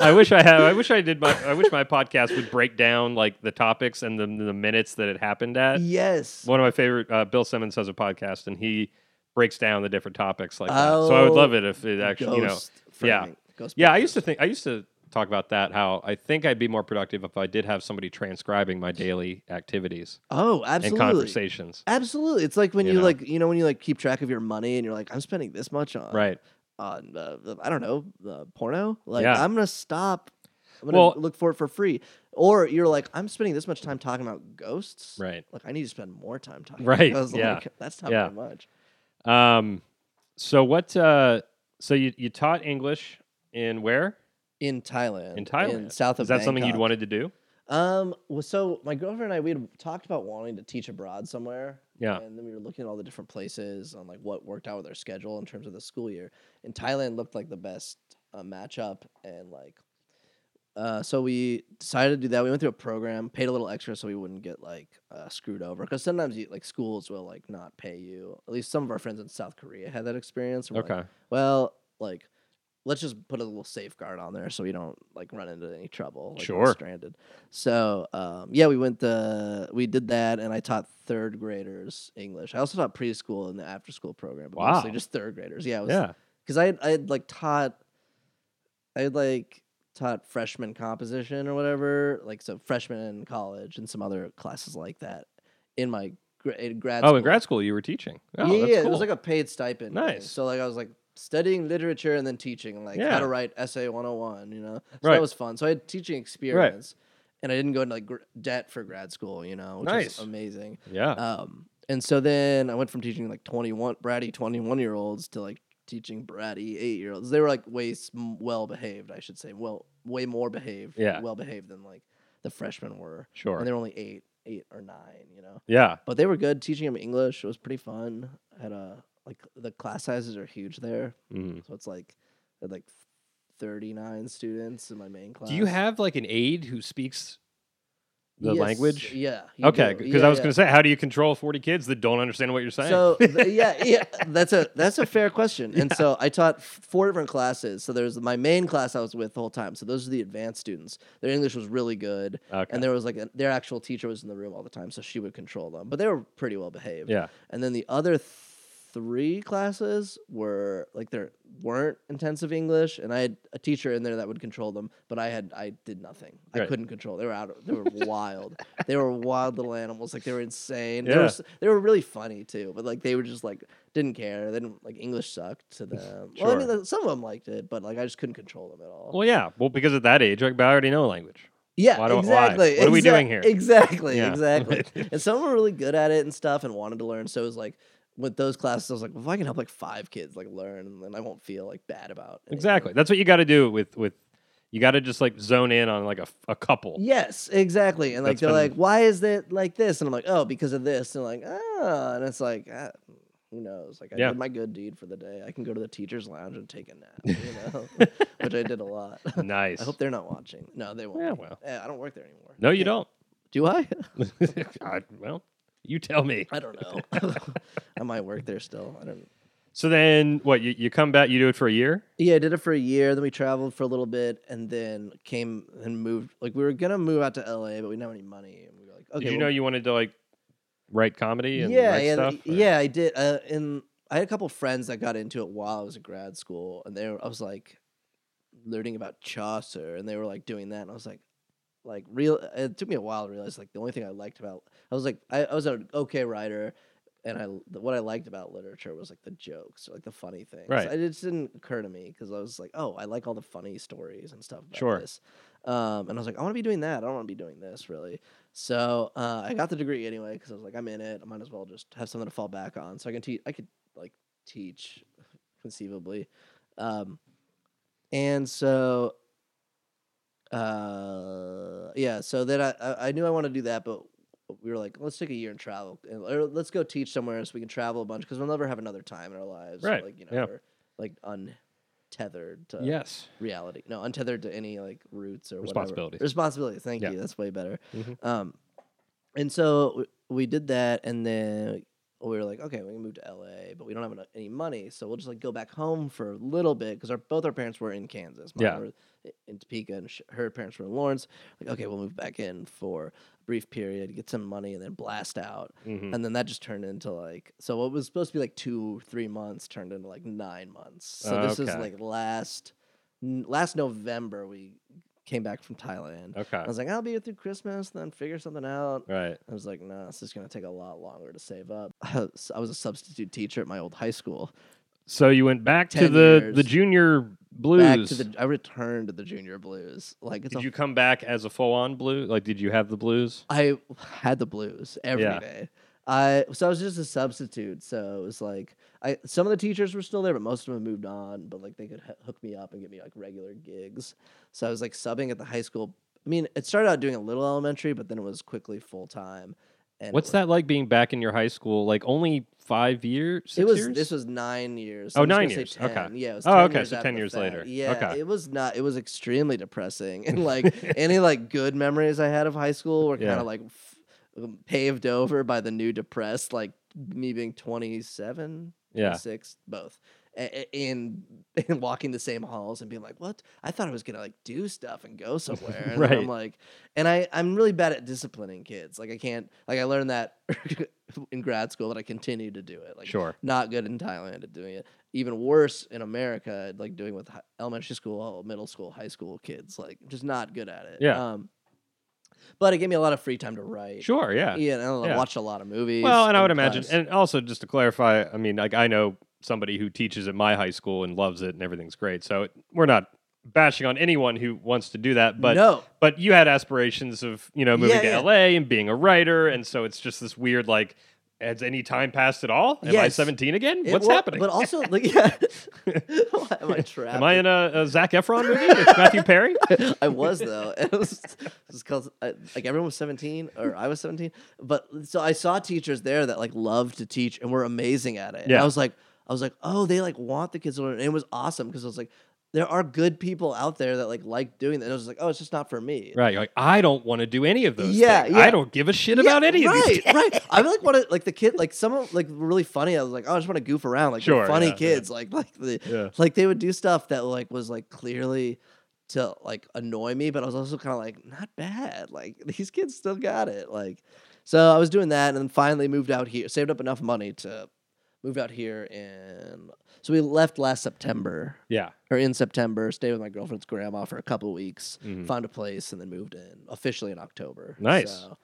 I wish I had. I wish I did my. I wish my podcast would break down like the topics and the, the minutes that it happened at. yes. One of my favorite. Uh, Bill Simmons has a podcast, and he breaks down the different topics like that. So I would Oh, love it if it actually, you know, Ghost framing. Ghost yeah. I pictures. used to think. I used to talk about that. How I think I'd be more productive if I did have somebody transcribing my daily activities Oh, absolutely. and conversations. Absolutely. It's like when You you, know? like you know when you like keep track of your money and you're like I'm spending this much on Right. on uh, I don't know uh, porno. Like Yeah. I'm gonna stop. I'm gonna Well- look for it for free. Or you're like I'm spending this much time talking about ghosts. Right. Like I need to spend more time talking. Right, About ghosts. yeah, Like, that's not yeah. very much. Um, so what? Uh, so you you taught English in where? In Thailand. In Thailand. In south of Is that something you'd Bangkok. wanted to do? Um. Well, so my girlfriend and I we had talked about wanting to teach abroad somewhere. Yeah. And then we were looking at all the different places on like what worked out with our schedule in terms of the school year. And Thailand looked like the best uh, matchup. And like, uh, so we decided to do that. We went through a program, paid a little extra so we wouldn't get like uh, screwed over. Because sometimes you, like schools will like not pay you. At least some of our friends in South Korea had that experience. and we're like, Okay. well, like, let's just put a little safeguard on there so we don't like run into any trouble. Like, Sure. We're stranded. So, um, yeah, we went to we did that, and I taught third graders English. I also taught preschool in the after school program. But Mostly Wow. just third graders. Yeah. It was, Yeah. Because I had, I had like taught, I had like taught freshman composition or whatever, like so freshman in college and some other classes like that in my gra- in grad. Oh, school in grad school you were teaching. Oh, yeah, that's yeah, Cool. it was like a paid stipend. thing. Nice. So like I was like studying literature and then teaching, like Yeah. how to write essay 101, you know. So Right. that was fun. So I had teaching experience and I didn't go into like gr- debt for grad school, you know, which Nice. Uh. is amazing. yeah. Um and so then I went from teaching like 21 bratty 21 year olds to like teaching bratty 8 year olds. They were like way well behaved, I should say. Well, way more behaved, Yeah. well behaved than like the freshmen were. sure. And they were only 8, 8 or 9, you know yeah. but they were good teaching them English. It was pretty fun. I had a like the class sizes are huge there, Mm. so it's like I had like thirty nine students in my main class. Do you have like an aide who speaks the Yes, language? Yeah. you Okay, do. because Yeah, I was yeah. going to say, how do you control forty kids that don't understand what you're saying? So th- yeah, yeah, that's a that's a fair question. And so I taught f- four different classes. So there's my main class I was with the whole time. So those are the advanced students. Their English was really good, okay. and there was like a, their actual teacher was in the room all the time, so she would control them. But they were pretty well behaved. yeah. and then the other th- three classes were like there weren't intensive English, and I had a teacher in there that would control them, but I had I did nothing. I Right. couldn't control. They were out. They were wild. They were wild little animals. Like they were insane. They were Yeah. s- they were really funny too, but like they were just like didn't care. They didn't like English sucked to them. Well, I mean, Sure. like, some of them liked it, but like I just couldn't control them at all. Well, yeah. Well, because at that age, like, I already know a language. Yeah, Why do- why? exactly. What are we exac- doing here? Exactly, Yeah. exactly. and some were really good at it and stuff and wanted to learn. So it was like with those classes, I was like, well, if I can help like five kids like learn, then I won't feel like bad about anything. Exactly. That's what you got to do with with. You got to just like zone in on like a, f- a couple. Yes, exactly. And like That's they're been- like, why is it like this? And I'm like, oh, because of this. And like, ah, and it's like, ah, who knows? Like I Yeah. did my good deed for the day. I can go to the teachers' lounge and take a nap, you know, which I did a lot. Nice. I hope they're not watching. No, they won't. Yeah, be. well. Eh, I don't work there anymore. no, you Yeah. don't. Do I? I, well, you tell me. I don't know. I might work there still. I don't. So then, what you, you come back? You do it for a year? Yeah, I did it for a year. Then we traveled for a little bit, and then came and moved. Like we were gonna move out to LA, but we didn't have any money, and we were like, okay. Did you well- know you wanted to like write comedy and yeah, write yeah, stuff? th- yeah. I did. Uh, and I had a couple friends that got into it while I was in grad school, and they were, I was like learning about Chaucer, and they were like doing that, and I was like, like real. It took me a while to realize like the only thing I liked about I was like I, I was an okay writer, and I what I liked about literature was like the jokes, like the funny things. Right. It just didn't occur to me because I was like, oh, I like all the funny stories and stuff. About Sure. This. Um, and I was like, I want to be doing that. I don't want to be doing this really. So uh, I got the degree anyway because I was like, I'm in it. I might as well just have something to fall back on. So I can teach. I could like teach, conceivably, um, and so. Uh yeah, so then I I- I knew I wanted to do that, but we were like, let's take a year and travel, and or let's go teach somewhere so we can travel a bunch because we'll never have another time in our lives, Right, Like you know, yeah. we're like untethered to Yes. reality. No, untethered to any like roots or whatever. Responsibilities. Responsibilities. Thank Yeah. you. That's way better. Mhm. Um, and so w- we did that, and then we were like, okay, we can move to LA, but we don't have eno- any money, so we'll just like go back home for a little bit because our both our parents were in Kansas. Mine Yeah. were i- in Topeka, and sh- her parents were in Lawrence. Like, okay, we'll move back in for a brief period, get some money, and then blast out Mhm. and then that just turned into like so what was supposed to be like two three months turned into like nine months so this was Okay. like last n- last november we came back from thailand Okay. i was like i'll be here through christmas then figure something out Right. i was like no nah, this is going to take a lot longer to save up So i was a substitute teacher at my old high school So you went back to 10 the years. the junior blues. back to the i returned to the junior blues like it's a did you come back as a full on blue? Like, did you have the blues? I had the blues every day. Yeah. I so I was just a substitute, so it was like I some of the teachers were still there, but most of them moved on. But like they could h- hook me up and get me like regular gigs. So I was like subbing at the high school. I mean, it started out doing a little elementary, but then it was quickly full time. And it What's was- that like being back in your high school? Like only five years? Six it was years? this was nine years. Oh, I'm just nine gonna say years. Okay. 10. Yeah. It was Oh, 10 okay, Years so 10 after the years fact. later. Yeah. Okay. It was not. It was extremely depressing, and like any like good memories I had of high school were kind of Yeah. like f- um, paved over by the new depressed, like me being 27, yeah. 26, both. a- a- And, and walking the same halls and being like, "What? I thought I was gonna like do stuff and go somewhere." And then Right. I'm like, and I I'm really bad at disciplining kids. Like I can't like I learned that in grad school, but I continue to do it. Like sure. not good in Thailand at doing it. Even worse in America, at, like doing with hi- elementary school, middle school, high school kids. Like just not good at it. Yeah. Um, but it gave me a lot of free time to write. Sure. Yeah. Yeah, and I Yeah. watched a lot of movies. Well, and I in would imagine, class. and also just to clarify, I mean, like I know somebody who teaches at my high school and loves it, and everything's great. So it- we're not bashing on anyone who wants to do that, but no, but you had aspirations of you know moving Yeah, yeah. to LA and being a writer, and so it's just this weird like, has any time passed at all? Am I Yes. seventeen again? It What's wa- happening? But also, like, yeah. Why am I trapped? Am I in a, a Zach Efron movie with Matthew Perry? I was though. It was, it was called, I, like everyone was seventeen, or I was seventeen. But so I saw teachers there that like loved to teach and were amazing at it. And Yeah. I was like, I was like, oh, they like want the kids to learn, and it was awesome because I was like, there are good people out there that like like doing that. And I was like, oh, it's just not for me. Right, you're like I don't want to do any of those. Yeah, things. yeah. I don't give a shit about Yeah, any of these. right, right. I like want to like the kid like some of- like really funny. I was like, oh, I just want to goof around. Like they're Sure, funny yeah, yeah. kids. Like like the Yeah. like they would do stuff that like was like clearly to like annoy me, but I was also kind of like not bad. Like these kids still got it. Like so I was doing that, and then finally moved out here, saved up enough money to move out here, and so we left last September Yeah. or in September. Stayed with my girlfriend's grandma for a couple weeks, Mhm. found a place, and then moved in officially in October. Nice. So-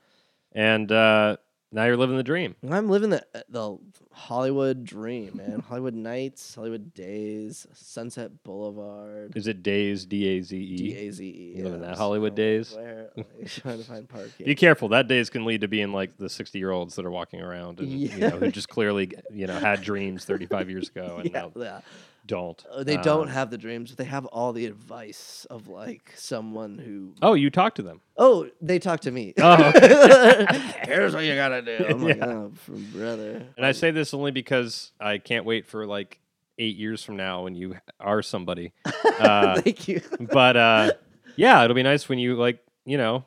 And uh, now you're living the dream. I'm living the uh, the Hollywood dream, man. Hollywood nights, Hollywood days, Sunset Boulevard, Is it Days D A Z D E? A Z E. You living that Hollywood days? Where, like, trying to find Be parking. careful. That days can lead to being like the sixty year olds that are walking around and you know, who Yeah. just clearly you know had dreams thirty five years ago and Yeah, now yeah. don't. Uh, They don't Um, have the dreams, but they have all the advice of like someone who. Oh, you talk to them. Oh, they talk to me. Oh, Here's what you gotta do. I'm like, Yeah. oh, from brother. And I say this only because I can't wait for like eight years from now when you are somebody. Uh, Thank you. but uh, yeah, it'll be nice when you like you know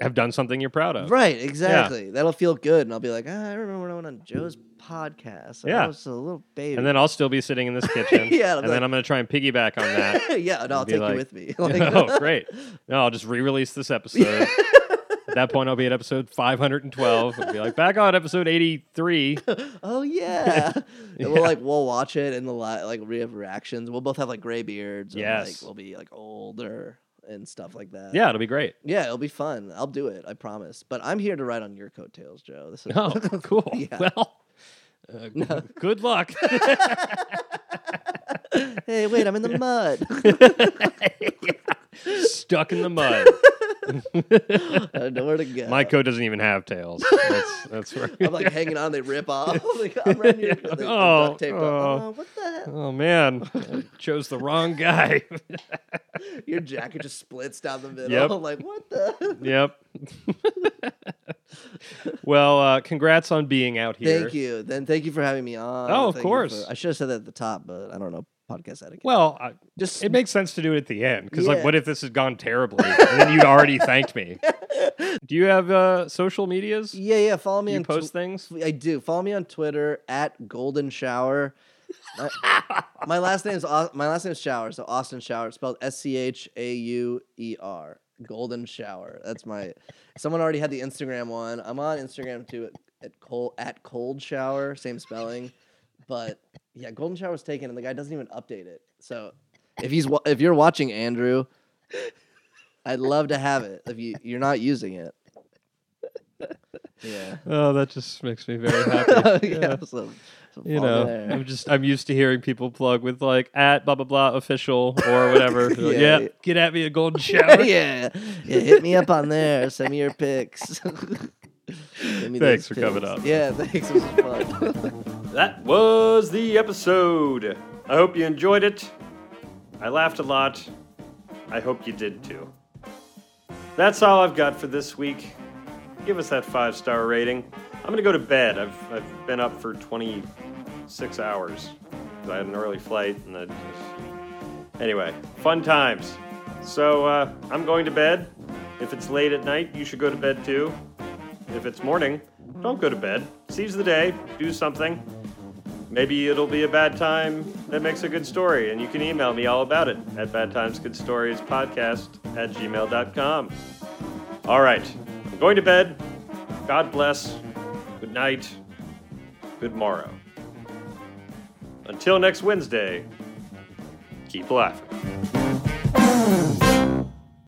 have done something you're proud of. Right, exactly. That'll feel good, and I'll be like, ah, I remember when I went on Joe's podcast. and I Yeah. was a little baby. And then I'll still be sitting in this kitchen. Yeah, I'll be and like- then I'm going to try and piggyback on that. yeah, and I'll be take like- you with me. Like, oh, great. No, I'll just re release this episode. at that point, I'll be at episode 512. I'll be like, back on episode 83. oh yeah. And Yeah. we'll like we'll watch it and the li- like we have reactions. We'll both have like gray beards. And, Yes. like, we'll be like older and stuff like that. Yeah, it'll be great. Yeah, it'll be fun. I'll do it. I promise. But I'm here to ride on your coattails, Joe. This is Oh, cool. Yeah. Well, uh, good luck. hey, wait, I'm in the mud. Stuck in the mud. I don't know where to go. My coat doesn't even have tails. That's, that's where. I'm like hanging on, they rip off. like, I'm riding your coat. They, they Oh, duct taped up. oh. Oh, what the hell? Oh man, I chose the wrong guy. Your jacket just splits down the middle. Yep. I'm like, what the? yep. well, uh, congrats on being out here. Thank you. Then thank you for having me on. Oh, of Thank you course. for- I should have said that at the top, but I don't know podcast etiquette. Well, I, just it makes sense to do it at the end because, Yeah. like, what if this had gone terribly and then you'd already thanked me? Do you have uh, social medias? yeah, yeah. Follow me Do you on post things? I do. Follow me on Twitter at Golden Shower. My, my last name's Au- my last name's Shower, so Austin Shower, spelled S C H A U E R. Golden Shower. That's my. Someone already had the Instagram one. I'm on Instagram too at, at cold at Cold Shower, same spelling, but yeah, Golden Shower was taken, and the guy doesn't even update it. So if he's wa- if you're watching Andrew, I'd love to have it. If you you're not using it, yeah. Oh, that just makes me very yeah, happy. Yeah. so- so You follow know, there. I'm just I'm used to hearing people plug with like at blah blah blah official or whatever. They're like, Yeah. yeah, get at me a golden shower. yeah, yeah, hit me up on there. Send me your pics. Send me Thanks those for coming pics. up. Yeah, thanks. It was fun. That was the episode. I hope you enjoyed it. I laughed a lot. I hope you did too. That's all I've got for this week. Give us that five star rating. I'm going to go to bed. I've, I've been up for 26 hours. 'cause I had an early flight. and I just- Anyway, fun times. So uh, I'm going to bed. If it's late at night, you should go to bed too. If it's morning, don't go to bed. Seize the day, do something. Maybe it'll be a bad time that makes a good story, and you can email me all about it at badtimesgoodstoriespodcast at gmail.com. All right, I'm going to bed. God bless. Good night. Good morrow. Until next Wednesday, keep laughing.